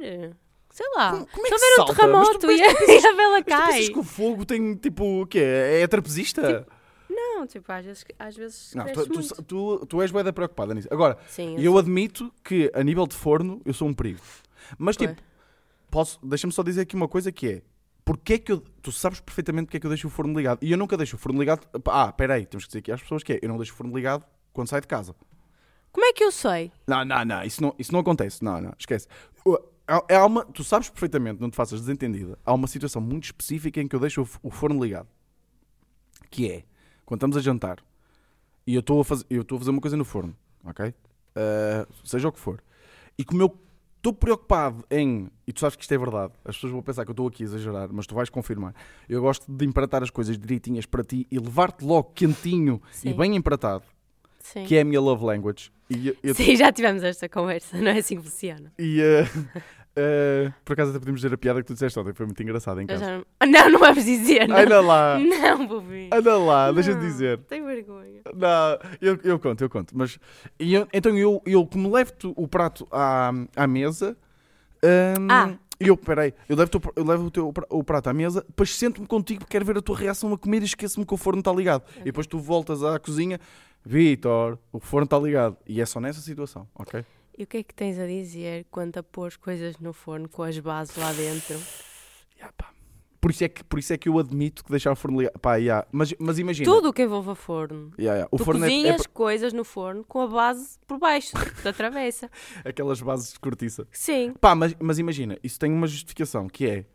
Sei lá.
Como- como é
Só
que
ver
salta?
um
Mas tu
terremoto e a, <laughs> e a vela
Mas tu
cai.
pensas que o fogo tem tipo o quê? É trapezista?
Não, tipo, às vezes, às vezes
não, tu,
cresce
tu,
muito.
tu- tu és boeda preocupada nisso. Agora,
Sim,
eu,
eu
admito que a nível de forno eu sou um perigo. Mas
Pois.
tipo, posso, deixa-me só dizer aqui uma coisa que é. Porque é que eu. Tu sabes perfeitamente porque é que eu deixo o forno ligado. E eu nunca deixo o forno ligado. Ah, peraí, temos que dizer aqui às pessoas que é. Eu não deixo o forno ligado quando saio de casa.
Como é que eu sei?
Não, não, não, isso não, isso não acontece. Não, não, esquece. O- há- há uma- tu sabes perfeitamente, não te faças desentendida. Há uma situação muito específica em que eu deixo o f- o forno ligado. Que é quando estamos a jantar e eu estou a, faz- eu estou a fazer uma coisa no forno, ok? Ah, seja o que for. E como eu estou preocupado em. E tu sabes que isto é verdade, as pessoas vão pensar que eu estou aqui a exagerar, mas tu vais confirmar. Eu gosto de empratar as coisas direitinhas para ti e levar-te logo quentinho e
Sim.
bem empratado,
Sim.
que é a minha love language. E eu- eu
Sim, já tivemos esta conversa, não é assim que funciona.
e eh, <laughs> eh, por acaso até podemos dizer a piada que tu disseste ontem, foi muito engraçada em
Eu
casa.
já não... <laughs> Ah, não, não vamos dizer. Não,
Anda lá,
não Bubi.
anda lá,
Não,
deixa-te Ah, dizer.
Tenho vergonha.
Não, eu, eu conto, eu conto. Mas, e eu- então eu, eu como levo-te o prato à, à mesa. hum,
Ah.
Eu, peraí, eu levo, eu levo o, teu, pra- o prato à mesa, depois sento-me contigo, quero ver a tua reação a comer e esqueço-me que o forno está ligado.
Uhum.
E depois tu voltas à cozinha, Vitor, o forno está ligado. E é só nessa situação, ok?
E o que é que tens a dizer quanto a pôr coisas no forno com as bases lá dentro?
Ya, pá. Por isso, é que, por isso é que eu admito que deixar o forno ligado. Pá, ya. mas, mas imagina.
Tudo o que envolva forno.
Ya, ya. O
tu
forno é- é,
cozinhas coisas no forno com a base
<laughs>
por baixo da travessa.
pa- aquelas bases de cortiça.
Sim.
Pá, mas, mas imagina, isso tem uma justificação que é.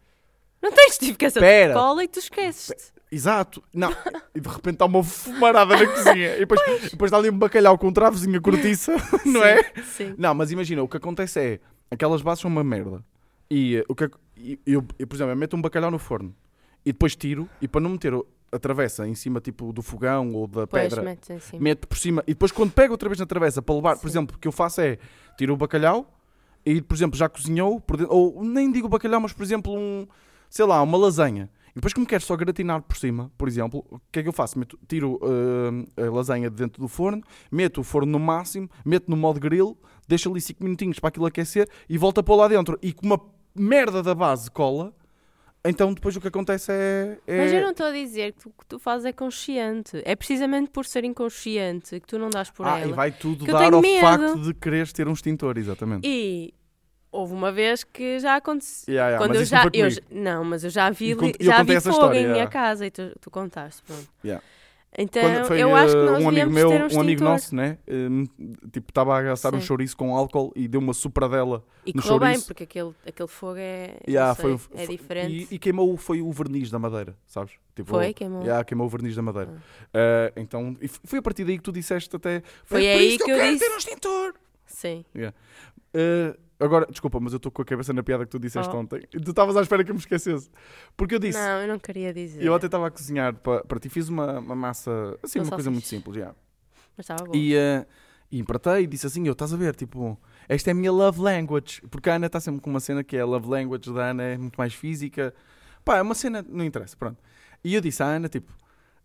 Não tens justificação de
Pera.
escola e tu esqueces.
Exato, não. <laughs> E de repente está uma fumarada na cozinha. E depois, depois está ali um bacalhau com um travozinho a cortiça, <laughs> não é?
Sim.
Não, mas imagina, o que acontece é. Aquelas bases são uma merda. E eh, o que ac- e- eu, eu, por exemplo, eu meto um bacalhau no forno. E depois tiro, e para não meter o- atravessa em cima tipo do fogão ou da
Pois,
pedra,
metes em cima.
mete por cima e depois quando pega outra vez na travessa para levar, por exemplo, o que eu faço é tiro o bacalhau e, por exemplo, já cozinhou, por dentro- ou nem digo bacalhau, mas por exemplo, um, sei lá, uma lasanha. E depois, como quero só gratinar por cima, por exemplo, o que é que eu faço? Meto- tiro ah, a lasanha de dentro do forno, meto o forno no máximo, meto no modo grill, deixo ali 5 minutinhos para aquilo aquecer e volto a pôr lá dentro. E com uma merda da base cola, então depois o que acontece é. é-
Mas eu não estou a dizer que o que tu fazes é consciente. É precisamente por ser inconsciente que tu não dás por
ah,
ela.
e vai tudo
que eu
dar
tenho
ao
medo.
facto de quereres ter um extintor, exatamente.
E houve uma vez que já aconteceu.
Yeah, yeah,
quando
mas
eu
isso
já,
não foi
eu
comigo.
já- não, mas eu já vi,
Eu cont- eu
já
contei
vi
essa
fogo em
história.
minha casa e tu, tu contaste, pronto.
Yeah.
Então
Quando foi,
eu acho que
eh,
nós
um amigo
devíamos
meu,
ter um
um,
extintor.
amigo nosso, né? Hum, tipo, estava a assar um
Sim.
chouriço com álcool e deu uma sobradela
e
no
correu bem,
chouriço.
porque aquele, aquele fogo é, não
Yeah,
sei,
foi, um
é
foi-
diferente.
E, e queimou foi o verniz da madeira, sabes? Tipo,
Foi, queimou. Ah.
Yeah, queimou o verniz da madeira. Eh, então, e f- foi a partir daí que tu disseste até.
Foi
"É por
aí
isso
que
eu,
eu
quero
disse-
ter um extintor.
Sim.
Yeah. Eh, agora, desculpa, mas eu estou com a cabeça na piada que tu disseste
Oh.
ontem. E Tu estavas à espera que eu me esquecesse. Porque eu disse.
Não, eu não queria dizer.
Eu ontem estava a cozinhar para, para ti, fiz uma, uma massa, assim,
Com
uma coisa muito
salsichas.
simples. Yeah.
Mas estava bom.
E, eh, e empratei e disse assim: Eu, estás a ver? Tipo, esta é a minha love language. Porque a Ana está sempre com uma cena que é a love language da Ana, é muito mais física. Pá, é uma cena, não interessa, pronto. E eu disse à Ana: Tipo,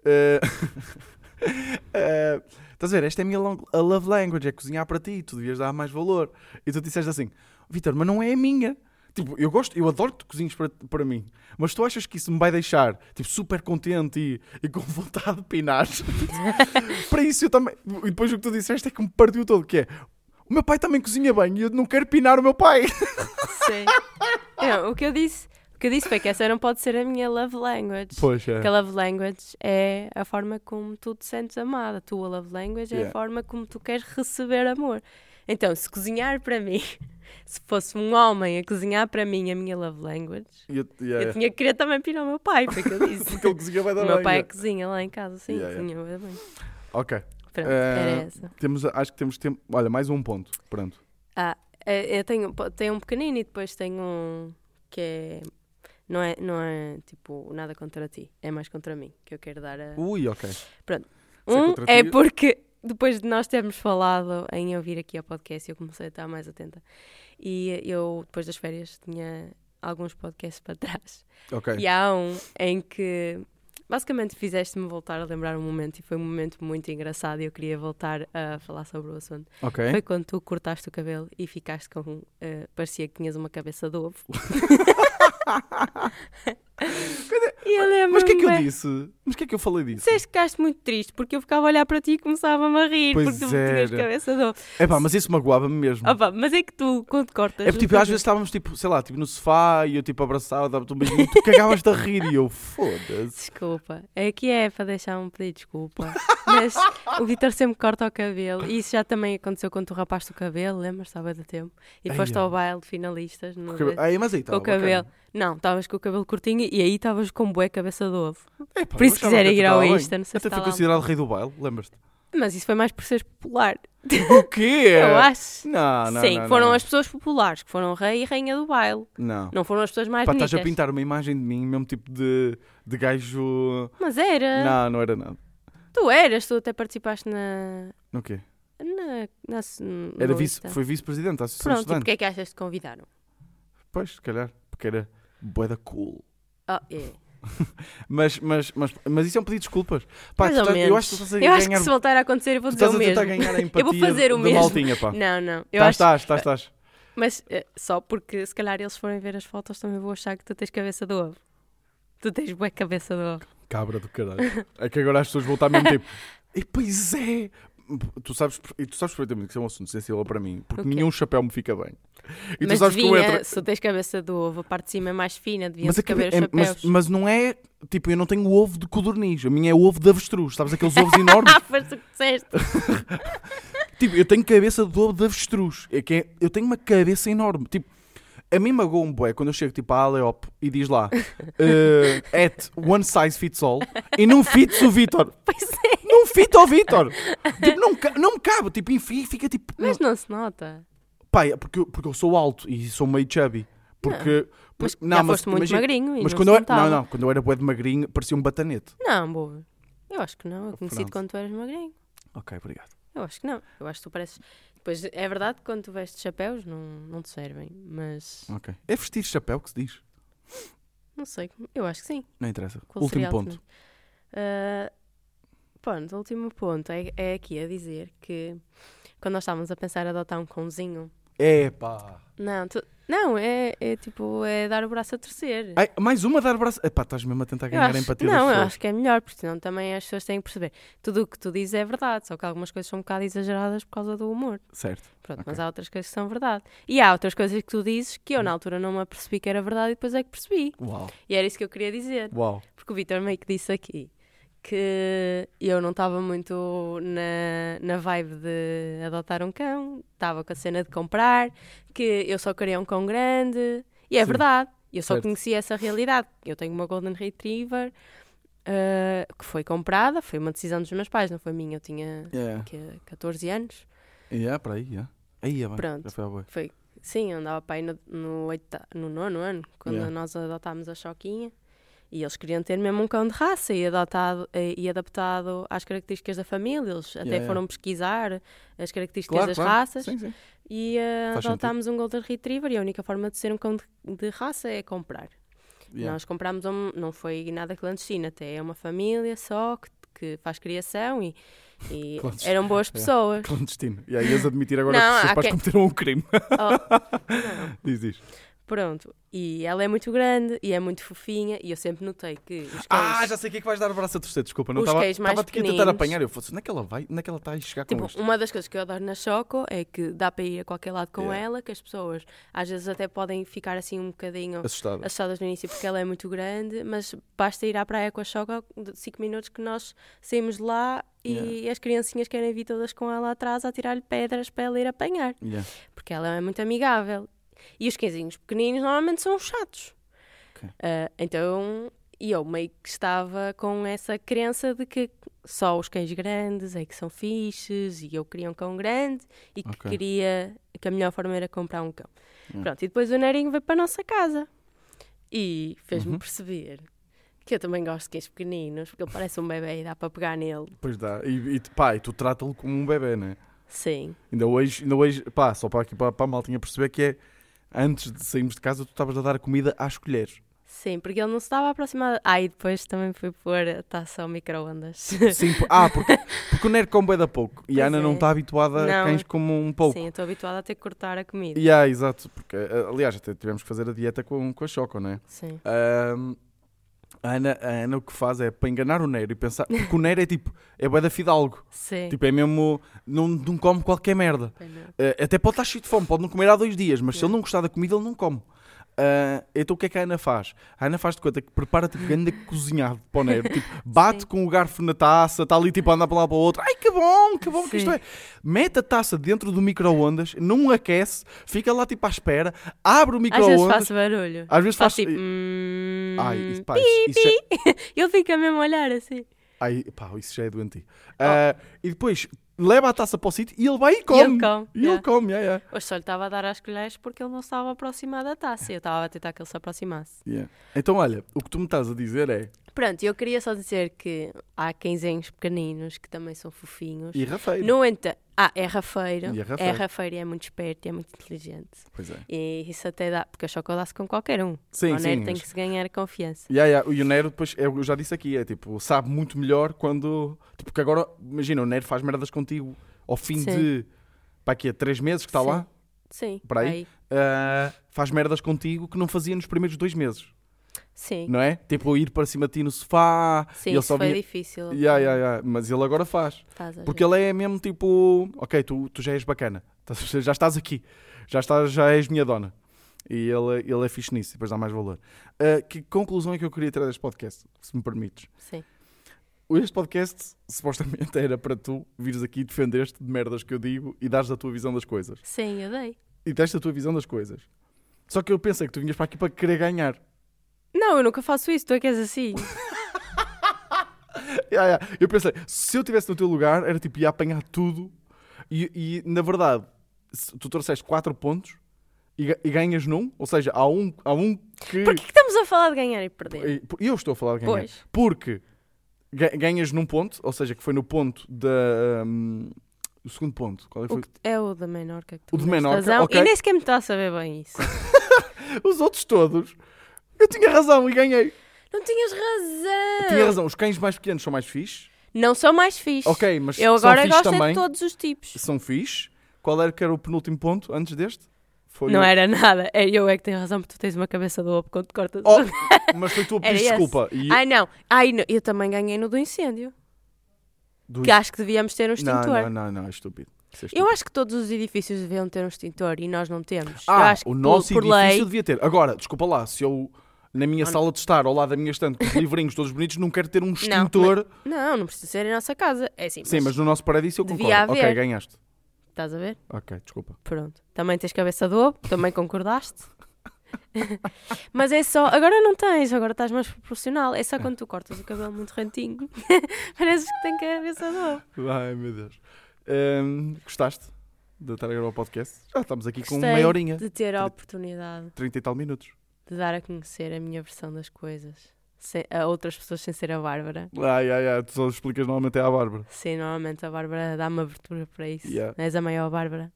eh, <laughs> eh, estás a ver? Esta é a minha long- a love language, é cozinhar para ti, tu devias dar mais valor. E tu disseste assim: Vitor, mas não é a minha. Tipo, eu gosto, eu adoro que tu cozinhes para, para mim, mas tu achas que isso me vai deixar, tipo, super contente e, e com <laughs> vontade de pinar? para isso eu também. E depois o que tu disseste é que me partiu todo, que é o meu pai também cozinha bem e eu não quero pinar o meu pai.
Sim. <laughs> Não, o que eu disse, o que eu disse foi que essa não pode ser a minha love language.
<laughs> Pois é.
Porque a love language é a forma como tu te sentes amada. A tua love language é
Yeah.
a forma como tu queres receber amor. Então, se cozinhar para mim, <laughs> se fosse um homem a cozinhar para mim a minha love language,
E eu- yeah,
eu
yeah.
tinha que querer também pirar o meu pai, foi o que eu
<laughs>
disse.
Porque ele cozinha bem
o
também.
meu pai
yeah.
cozinha lá em casa, sim,
Yeah, yeah.
cozinha bué bem.
Ok.
Pronto,
Eh,
era essa.
Temos, acho que temos tempo. Olha, mais um ponto. Pronto.
Ah, eh, eu tenho, po- tenho um pequenino e depois tenho um que é. Não é, não é tipo nada contra ti, é mais contra mim que eu quero dar a.
Ui, ok. Uh, é
Um
contra
é
ti.
porque depois de nós termos falado em eu vir aqui ao podcast, eu comecei a estar mais atenta. E eu, depois das férias, tinha alguns podcasts para trás.
Ok.
E há um em que basicamente fizeste-me voltar a lembrar um momento e foi um momento muito engraçado e eu queria voltar a falar sobre o assunto.
Ok.
Foi quando tu cortaste o cabelo e ficaste com. eh, parecia que tinhas uma cabeça
<laughs>
de ovo. e eu lembro
Mas o que é que eu disse? Mas o que é que eu falei disso?
Disseste que ficaste muito triste porque eu ficava a olhar para ti e começava-me a rir
Pois
porque tu tinhas
era.
cabeça de ovo.
É pá, mas isso magoava-me mesmo.
Opa, mas é que tu, quando cortas.
É porque, tipo,
os
às vezes estávamos tipo, sei lá, tipo no sofá e eu tipo abraçava, dava-te um beijinho e tu cagavas de rir e eu
<laughs>
foda-se.
Desculpa, é que é para deixar um pedido de desculpa. <laughs> Mas o Vitor sempre corta o cabelo e isso já também aconteceu quando tu rapaste o cabelo, lembras? Estava do tempo. E
Ai,
foste
ó.
ao baile de finalistas no,
Com o cabelo- Aí, mas então, aí
com
estava
o cabelo. Não, estavas com o cabelo curtinho e aí estavas com bué cabeça de ovo.
É pá,
Por
eu
isso
achava
quiserem
que
ir
até
ao
estava bem.
Insta, não sei se
Até
está
fui
lá.
considerado rei do baile, lembras-te?
Mas isso foi mais por seres popular.
O quê?
Eu acho.
É. Ah, Não, não,
Sim,
não,
foram
não.
as pessoas populares que foram rei e rainha do baile.
Não.
Não foram as pessoas mais
Pá,
bonitas.
estás a pintar uma imagem de mim, mesmo tipo de, de gajo.
Mas era.
Não, não era nada.
Tu eras, tu até participaste na.
No quê?
na, na
Era
na
vice,
lista.
foi vice-presidente da Associação
Pronto,
de
e porque
Estudantes.
é que achas que te convidaram?
Pois, se calhar, porque era boeda cool.
Ah, é.
Mas, mas, mas, mas isso é um pedido de desculpas. Pá,
Mais
tu
ou
tá-
menos.
eu acho que tu estás a
Eu
ganhar.
acho que se voltar a acontecer, eu vou
tu
dizer
estás
o
a tentar Tá,
mesmo.
ganhar a
<laughs> eu
empatia
vou fazer o
da
mesmo.
maltinha, pá.
Não, não. <laughs> Eu
Estás,
acho...
estás, estás, estás.
Mas eh, só porque se calhar eles forem ver as fotos também vou achar que tu tens cabeça de ovo. Tu tens boa cabeça de ovo.
Cabra do caralho.
<laughs>
É que agora as pessoas vão estar mesmo tipo. E pois é! Tu sabes, e tu sabes perfeitamente que isso é um assunto sensível para mim, porque
O quê?
nenhum chapéu me fica bem. E
mas
tu sabes que eu
vinha,
entro.
se tu tens cabeça de ovo, a parte de cima é mais fina, deviam
Mas, a
caber
cabe- é-
os
mas-
chapéus.
mas não é. Tipo, eu não tenho ovo de codorniz, a minha é ovo de avestruz, sabes? Aqueles ovos enormes.
<laughs> Ah, foi isso que
<laughs>
disseste.
tipo, eu tenho cabeça de ovo de avestruz. É que é- eu tenho uma cabeça enorme. Tipo, a mim magoa um bué quando eu chego tipo à Aleop e diz
<laughs>
lá eh, at one size fits all e não fits o Vitor.
<laughs> Pois é.
Não fit ao
<laughs>
Vitor! tipo, não, ca- não me cabe, tipo, é enfim, fica tipo.
Mas não se nota.
Pai, porque, eu- porque eu sou alto e sou meio chubby. Porque.
Mas
porque-
já foste muito
imagina-
magrinho e
mas
não
quando
se
eu era,
notava.
Não, não, quando eu era bué de magrinho, parecia um batanete.
Não, boa. Eu acho que não. Eu conheci-te
Pronto.
quando tu eras magrinho.
Ok, obrigado.
Eu acho que não. Eu acho que tu pareces. Depois, é verdade que quando tu vestes chapéus não, não te servem, mas.
Ok. É vestir chapéu que se diz.
Não sei. Eu acho que sim.
Não interessa.
Qual
Último
seria a
ponto.
alternativa? Ah, pronto, o último ponto é, é aqui a dizer que quando nós estávamos a pensar em adotar um cãozinho.
Epá.
Não, tu- não é, é tipo, é dar o braço a torcer.
Ai, mais uma dar braço. Epá, estás mesmo a tentar
Eu
Ah, é ganhar a
acho-
empatia das
não, eu
pessoas.
acho que é melhor, porque senão também as pessoas têm que perceber. Tudo o que tu dizes é verdade, só que algumas coisas são um bocado exageradas por causa do humor.
Certo.
Pronto,
Ok. Hum.
mas há outras coisas que são verdade. E há outras coisas que tu dizes que eu na altura não me apercebi que era verdade e depois é que percebi.
Uau.
E era isso que eu queria dizer.
Uau.
Porque o Vitor meio que disse aqui que eu não estava muito na, na vibe de adotar um cão, estava com a cena de comprar, que eu só queria um cão grande. E é
Sim.
verdade, eu só
Certo.
conhecia essa realidade. Eu tenho uma Golden Retriever ah, que foi comprada, foi uma decisão dos meus pais, não foi minha, eu tinha
Yeah.
que, 14 anos.
Yeah, para aí, yeah. Aí é bem.
Pronto.
Já foi à boa.
Foi, sim, eu andava para aí no, no, oita, no nono ano, quando
Yeah.
nós adotámos a Choquinha. E eles queriam ter mesmo um cão de raça e, adotado, eh, e adaptado às características da família. Eles até
Yeah, yeah.
foram pesquisar as características
Claro,
das
claro.
raças.
Sim, sim.
E eh,
Faz sentido.
adotámos um Golden Retriever. E a única forma de ser um cão de, de raça é comprar.
Yeah.
Nós comprámos, um, não foi nada clandestino, até é uma família só que, que faz criação e, e
Clandestino,
eram
<laughs>
boas
yeah.
pessoas.
Clandestino. E aí ias admitir agora
Não,
que os
há
seus pais
quem-
cometeram um crime. <laughs>
Oh, não.
diz, diz.
Pronto, e ela é muito grande e é muito fofinha, e eu sempre notei que os cães.
Ah, já sei o que é que vais dar o braço a torcer, desculpa. Não
Os
estava
cães mais
estava aqui a tentar
pequeninos.
apanhar. Eu fosse, onde é que ela vai? Onde é que ela está a chegar com
Tipo,
isto?
uma das coisas que eu adoro na Choco é que dá para ir a qualquer lado com
Yeah.
ela, que as pessoas às vezes até podem ficar assim um bocadinho
Assustada.
assustadas no início porque ela é muito grande, mas basta ir à praia com a Choco de 5 minutos que nós saímos de lá e as criancinhas querem vir todas com ela atrás a tirar-lhe pedras para ela ir apanhar,
Yeah.
porque ela é muito amigável. E os cãezinhos pequeninos normalmente são chatos.
Ok.
Ah, então, e eu meio que estava com essa crença de que só os cães grandes é que são fixes e eu queria um cão grande e que
Ok. Hum.
queria que a melhor forma era comprar um cão.
Yeah.
Pronto, e depois o Nerinho veio para a nossa casa e fez-me
Uhum.
perceber que eu também gosto de cães pequeninos porque ele parece um bebê e dá para pegar nele.
Pois dá. E, e pá, e tu trata-lo como um bebê, né?
Sim,
Ainda hoje, ainda hoje, pá, só para aqui para, para a maltinha perceber que é antes de sairmos de casa, tu estavas a dar comida às colheres.
sim, porque ele não se estava aproximado. Ah, e depois também fui pôr a taça ao micro-ondas.
Sim, por- ah, porque, porque o Nero come bué da pouco e
Pois
a Ana não
é.
está habituada a
Não.
cães como um pouco.
Sim, eu estou habituada a ter que cortar a comida.
E há, exato, porque eh, aliás, até tivemos que fazer a dieta com, com a Choco, não é?
Sim.
Ahm, a, Ana, a Ana o que faz é para enganar o Nero e pensar, porque o Nero é tipo, é bué da fidalgo,
Sim.
tipo, é mesmo, não, não come qualquer merda.
Pois não.
Eh, até pode estar cheio de fome, pode não comer há dois dias, mas se ele não gostar da comida, ele não come. Ah, então o que é que a Ana faz? A Ana faz de conta que prepara tipo grande cozinhado para o
<laughs>
Nero, tipo, bate com o garfo na taça, está ali tipo a andar para lá para o outro, ai que bom, que bom que isto
Sim.
é. Mete a taça dentro do micro-ondas, não aquece, fica lá tipo à espera, abre o
Às vezes
micro-ondas,
faço barulho.
às vezes faz.
Faço tipo. "Hum,
Ai, isso, pá, isso, isso é-
Ele fica mesmo a olhar assim.
Ai, pá, isso já é doentio.
Oh.
Ah, e depois leva a taça para o sítio e ele vai e come.
ele come,
E ele
yeah.
come, yeah, yeah.
Hoje só lhe estava a dar às colheres porque ele não estava aproximado da taça. Eu estava a tentar que ele se aproximasse.
Yeah. Então olha, o que tu me estás a dizer é.
Pronto, eu queria só dizer que há quinzenhos pequeninos que também são fofinhos.
E Rafeiro.
No entanto. Ah, é rafeiro.
E é
É
rafeiro.
rafeiro e é muito esperto e é muito inteligente.
Pois é.
E isso até dá. Porque a Choco dá-se com qualquer um.
Sim,
o Nero
sim,
tem
mas-
que se ganhar confiança.
Yeah, yeah. E o Nero, depois, eu já disse aqui, é tipo, sabe muito melhor quando. Tipo, que agora, imagina, o Nero faz merdas contigo ao fim
Sim.
de. Para aqui, há três meses que está
Sim.
lá,
Sim.
Para aí?
aí.
ah, faz merdas contigo que não fazia nos primeiros dois meses,
Sim.
não é? Tipo, ir para cima de ti no sofá,
Sim,
e ele
isso
só
foi
vinha.
difícil. né,
Yeah, yeah, yeah. Mas ele agora faz.
Faz às
Porque ele é mesmo tipo, ok, tu, tu já és bacana, Estás a perceber? já estás aqui, já, estás, já és minha dona. E ele, ele é fixe nisso, e depois dá mais valor. Ah, que conclusão é que eu queria tirar deste podcast, se me permites?
vezes. Sim.
Este podcast supostamente <laughs> era para tu vires aqui e defenderes-te de merdas que eu digo e dares a tua visão das coisas.
Sim, eu dei.
E deste a tua visão das coisas. Só que eu pensei que tu vinhas para aqui para querer ganhar.
Não, eu nunca faço isso, tu é que és assim.
Ya, ya. Eu pensei, se eu estivesse no teu lugar, era tipo, ia apanhar tudo. E, e, na verdade, se tu trouxeste 4 pontos e, ga- e ganhas num, ou seja, há um, há um que.
Porquê que estamos a falar de ganhar e perder?
E- por- Eu estou a falar de ganhar.
Pois.
Porque ga- ganhas num ponto, ou seja, que foi no ponto da. hum, o segundo ponto. Qual é que
O
foi?
que é o da Menorca que tu
O de
me deste
Menorca,
razão,
ok.
E nem sequer me está a saber
<laughs>
bem isso.
Os outros todos. Eu tinha razão e ganhei.
Não tinhas razão.
Tinha razão. Os cães mais pequenos são mais fixes.
Não são mais fixe.
Ok, mas
Eu
são
agora
fixe
gosto é
também.
de todos os tipos.
São fixes. Qual era que era o penúltimo ponto antes deste? Foi
Não
o-
era nada. É, Eu é que tenho razão porque tu tens uma cabeça de ovo quando cortas.
Oh, mas foi tu a
<laughs> Era
pedir
esse. Ah,
desculpa. E
Ai não. Ai não. Eu também ganhei no do incêndio.
do-
Que acho que devíamos ter um
não, não,
extintor.
não, não, é estúpido. Isso é
Eu
estúpido.
acho que todos os edifícios deviam ter um extintor e nós não temos. eu
Ah,
acho que
o
por-
nosso
por,
edifício
lei.
devia ter. Agora, desculpa lá, se eu na minha sala de estar, ao lado da minha estante, com
<laughs>
os livrinhos todos bonitos, não quero ter um extintor.
Não, não precisa ser em nossa casa. É assim,
Sim, mas no nosso prédio isso eu
Devia
concordo. Ok,
haver.
ganhaste.
estás a ver?
Ok, desculpa.
Pronto. Também tens cabeça de ovo, também concordaste. <laughs> Mas é só, agora não tens, agora estás mais proporcional. É só quando tu cortas o cabelo muito rentinho. <laughs> Pareces que tem cabeça de ovo.
Ai meu Deus. Hum, gostaste de estar a gravar o podcast? Já estamos aqui com
Gostei
meia horinha,
De ter a oportunidade
30 e tal minutos.
de dar a conhecer a minha versão das coisas sem- a outras pessoas sem ser a Bárbara.
Ai, ai, ai, tu só explicas normalmente é à Bárbara. <laughs>
Sim, normalmente a Bárbara dá-me abertura para isso.
Yeah.
És a maior Bárbara.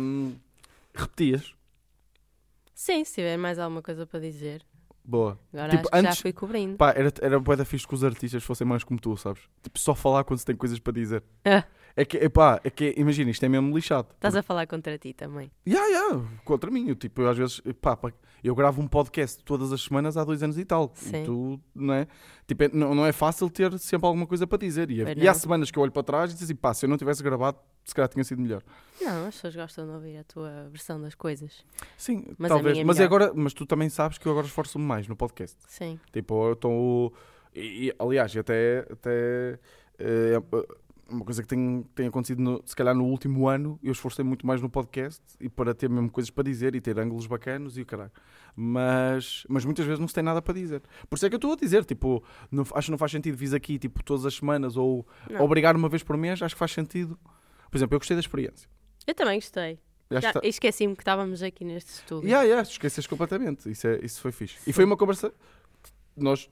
Hum, repetias?
Sim, se tiver mais alguma coisa para dizer.
Boa.
Agora
Tipo,
acho que
antes-
já fui cobrindo.
Pá, era, era bué da fixe que os artistas fossem mais como tu, sabes? Tipo, só falar quando se tem coisas para dizer.
É. Tá.
É que, epá, é que, imagina, isto é mesmo lixado.
Estás a falar contra ti também.
Ya, ya, contra mim. Eu, tipo, eu às vezes, pá, pá, eu gravo um podcast todas as semanas há dois anos e tal. E
Sim.
tu, não é? Tipo, é- não, não é fácil ter sempre alguma coisa para dizer. E,
Pois
e há
não.
semanas que eu olho para trás e digo assim, pá, se eu não tivesse gravado, se calhar tinha sido melhor.
Não, as pessoas gostam de ouvir a tua versão das coisas.
Sim,
Mas a
talvez.
minha é
mas é
melhor.
agora, mas tu também sabes que eu agora esforço-me mais no podcast.
Sim.
Tipo, eu estou. e- e, Aliás, até. até eh, é uma coisa que tem, tem acontecido, no- se calhar, no último ano. Eu esforcei muito mais no podcast e para ter mesmo coisas para dizer e ter ângulos bacanos e o caralho. Mas, mas muitas vezes não se tem nada para dizer. Por isso é que eu estou a dizer, tipo, não, acho que não faz sentido vis aqui, tipo, todas as semanas ou
Não.
obrigar uma vez por mês. Acho que faz sentido. Por exemplo, eu gostei da experiência.
Eu também gostei.
Acho
Já
que tá-
esqueci-me que estávamos aqui neste estúdio.
Yeah, yeah, esqueces completamente. Isso, é, isso foi fixe. E foi uma conversa. Nós.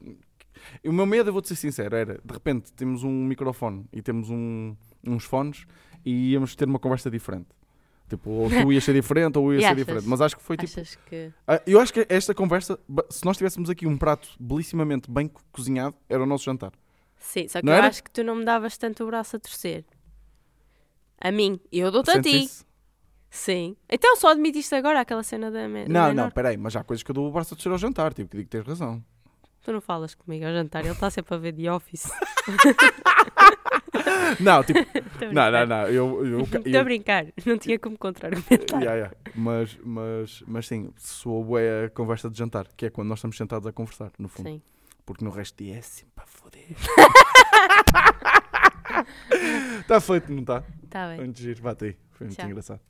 O meu medo, eu vou-te ser sincero, era de repente temos um microfone e temos um- uns fones e íamos ter uma conversa diferente. Tipo, ou tu <laughs> ias ser diferente ou eu ia
E
ser
achas?
diferente. Mas acho que foi tipo.
Achas que.
Ah, Eu acho que esta conversa, ba- se nós tivéssemos aqui um prato belissimamente bem co- cozinhado, era o nosso jantar.
Sim, só que
Não
eu
era?
acho que tu não me davas tanto o braço a torcer. A mim. E eu dou-te a
Sentes
ti.
isso?
Sim. Então só admitiste agora aquela cena da. Me...
Não, não,
menor.
peraí, mas há coisas que eu dou o braço a descer ao jantar, tipo, que digo que tens razão.
Tu não falas comigo ao jantar, ele está sempre a ver The Office. <laughs>
Não, <laughs> tipo,
Estou a
não, não,
brincar.
não, eu, <laughs> eu, eu,
Estou a brincar. Não tinha como contra-argumentar.
Yeah, yeah. Mas, mas, mas sim, soube é a conversa de jantar, que é quando nós estamos sentados a conversar, no fundo.
Sim.
Porque no resto é sempre para
<laughs>
foder. Está Tá feito, não está?
Está Tá bem.
Antes de ir, bate aí. Foi muito
Tchau.
engraçado.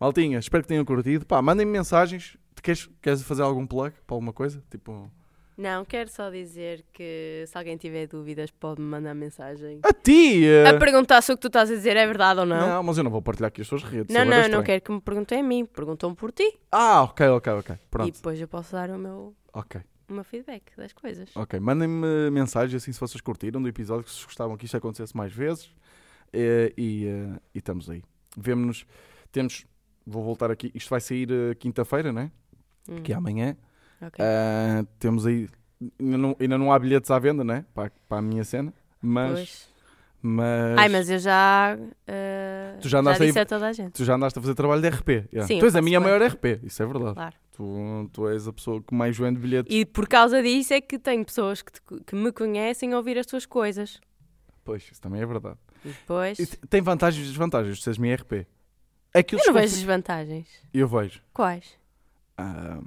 Maltinha, espero que tenham curtido. Pá, mandem-me mensagens. Te Queres, queres fazer algum plug para alguma coisa? Tipo,
Não, quero só dizer que se alguém tiver dúvidas, pode-me mandar mensagem.
a ti! eh,
A perguntar se o que tu estás a dizer é verdade ou não.
Não, mas eu não vou partilhar aqui as suas redes.
Não,
agora
não,
é
não
estranho.
quero que me perguntem a mim. Perguntam por ti.
Ah, ok, ok, ok.
E
Pronto,
depois eu posso dar o meu,
ok.
o meu feedback das coisas.
Ok, mandem-me mensagem assim se vocês curtiram do episódio, que se gostavam que isto acontecesse mais vezes. Eh, E, eh, e estamos aí. Vemo-nos. Temos. Vou voltar aqui. Isto vai sair eh, quinta-feira, né?
Hum,
Que é amanhã.
ok.
Ah, temos aí. Ainda não, ainda não há bilhetes à venda, né? Para, para a minha cena. Mas,
Pois.
mas.
Ai, mas eu já. eh,
Tu já andaste
disse
aí-
a toda a gente.
Tu já andaste a fazer trabalho de RP. yeah.
Sim,
tu
eu
és a
faço
minha
bem.
maior RP, isso é verdade.
Claro.
Tu, tu és a pessoa que mais vende bilhetes.
E por causa disso é que tenho pessoas que, te co- que me conhecem a ouvir as tuas coisas.
Pois, isso também é verdade.
E depois.
E te- tem vantagens e desvantagens de seres minha RP. É que eu,
eu não vejo
desconfio-
desvantagens.
Eu vejo.
Quais?
Ah,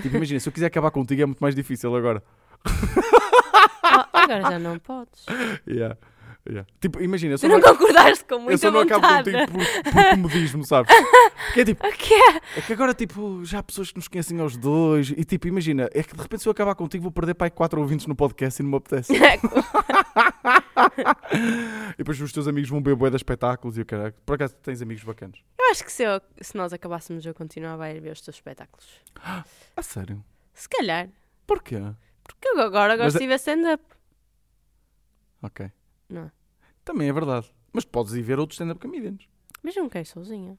tipo, imagina, se eu quiser acabar contigo é muito mais difícil agora.
Oh, Ah, agora já não podes.
Yeah. Yeah. Tipo, imagina, eu só
Tu não
não,
concordaste com
eu
muita
só não acabo
vontade.
contigo por, por comodismo, sabes? Que é tipo,
O quê?
É que agora, tipo, já há pessoas que nos conhecem aos dois e, tipo, imagina, é que de repente se eu acabar contigo vou perder pai quatro ouvintes no podcast e não me
<laughs>
apetece. e depois os teus amigos vão ver bué de espetáculos e o caralho. Por acaso tens amigos bacanas?
Eu acho que se, eu- se nós acabássemos eu continuava a ir ver os teus espetáculos.
A Ah, sério?
Se calhar.
Porquê?
Porque eu agora
Mas
gosto de ver stand-up.
Ok.
Não.
Também é verdade. Mas podes ir ver outros stand-up comedians.
Mas eu não quero ir sozinha.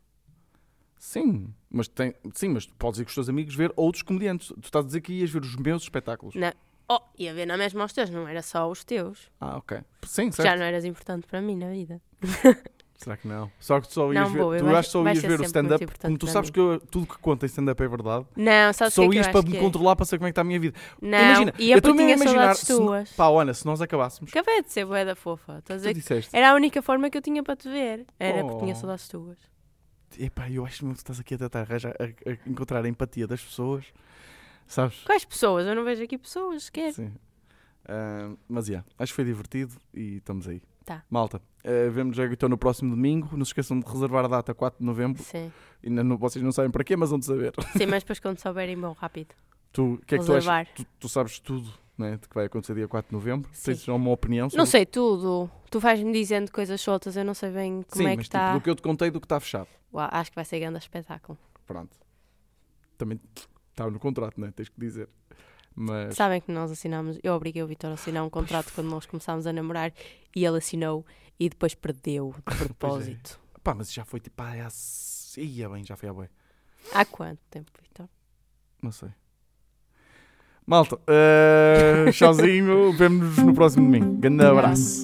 Sim. Mas tem... Sim, mas podes ir com os teus amigos ver outros comediantes. Tu estás a dizer que ias ver os meus espetáculos.
Não. Oh, ia ver na mesma os teus, não era só os teus.
Ah, ok. Sim, certo.
Já não eras importante para mim na vida.
Será que não? Só que tu só ias
Não
ver,
vou, eu
tu
vai-
acho que só
vai
ias
ser
ver o
sempre muito
stand-up.
importante
Como tu
para
sabes
mim.
que eu- tudo que conta em stand-up é verdade.
Não, sabes
Só
o que é
ias
que eu
para
acho
me
que é?
controlar para saber como é que está a minha vida.
Não,
Imagina,
ia
eu
porque
estou mesmo a
tinha
imaginar.
saudades
se não-
tuas.
Pá, Ana, se nós acabássemos.
Acabei é de ser bué da fofa. Estás
Tu
a dizer é que
disseste.
era a única forma que eu tinha para te ver. Era
Oh.
porque tinha saudades tuas. é-
Epá, eu acho mesmo que estás aqui a tentar arranjar, a, a encontrar a empatia das pessoas. Sabes?
Quais pessoas? Eu não vejo aqui pessoas, quer. <laughs>
Sim. Ah, mas, yeah, acho que foi divertido e estamos aí.
Tá.
Malta, ah, vemos já então no próximo domingo. Não se esqueçam de reservar a data 4 de novembro.
Sim.
Ainda não, vocês não sabem para quê, mas vão de saber. <laughs>
<laughs> Sim, mas depois quando souberem, bom, rápido.
Tu, o que é que tu, achas?
Reservar.
tu, tu sabes tudo né, de que vai acontecer dia 4 de novembro.
Sim.
Tens já uma opinião sobre
Não sei tudo. Tu vais-me dizendo coisas soltas, eu não sei bem como
Sim,
é que
mas
está.
tipo, do que eu te contei do que está fechado.
Uau, acho que vai ser grande espetáculo.
Pronto. Também estava no contrato, não é? Tens que dizer. Mas
Sabem que nós assinámos, eu obriguei o Vitor a assinar um contrato quando nós começámos a namorar e ele assinou e depois perdeu de
é.
propósito.
pá, mas já foi tipo ai, há s- ia bem, já foi a bem.
Há quanto tempo, Vitor?
Não sei. Malta, eh, tchauzinho, vemo-nos no próximo domingo. Grande abraço.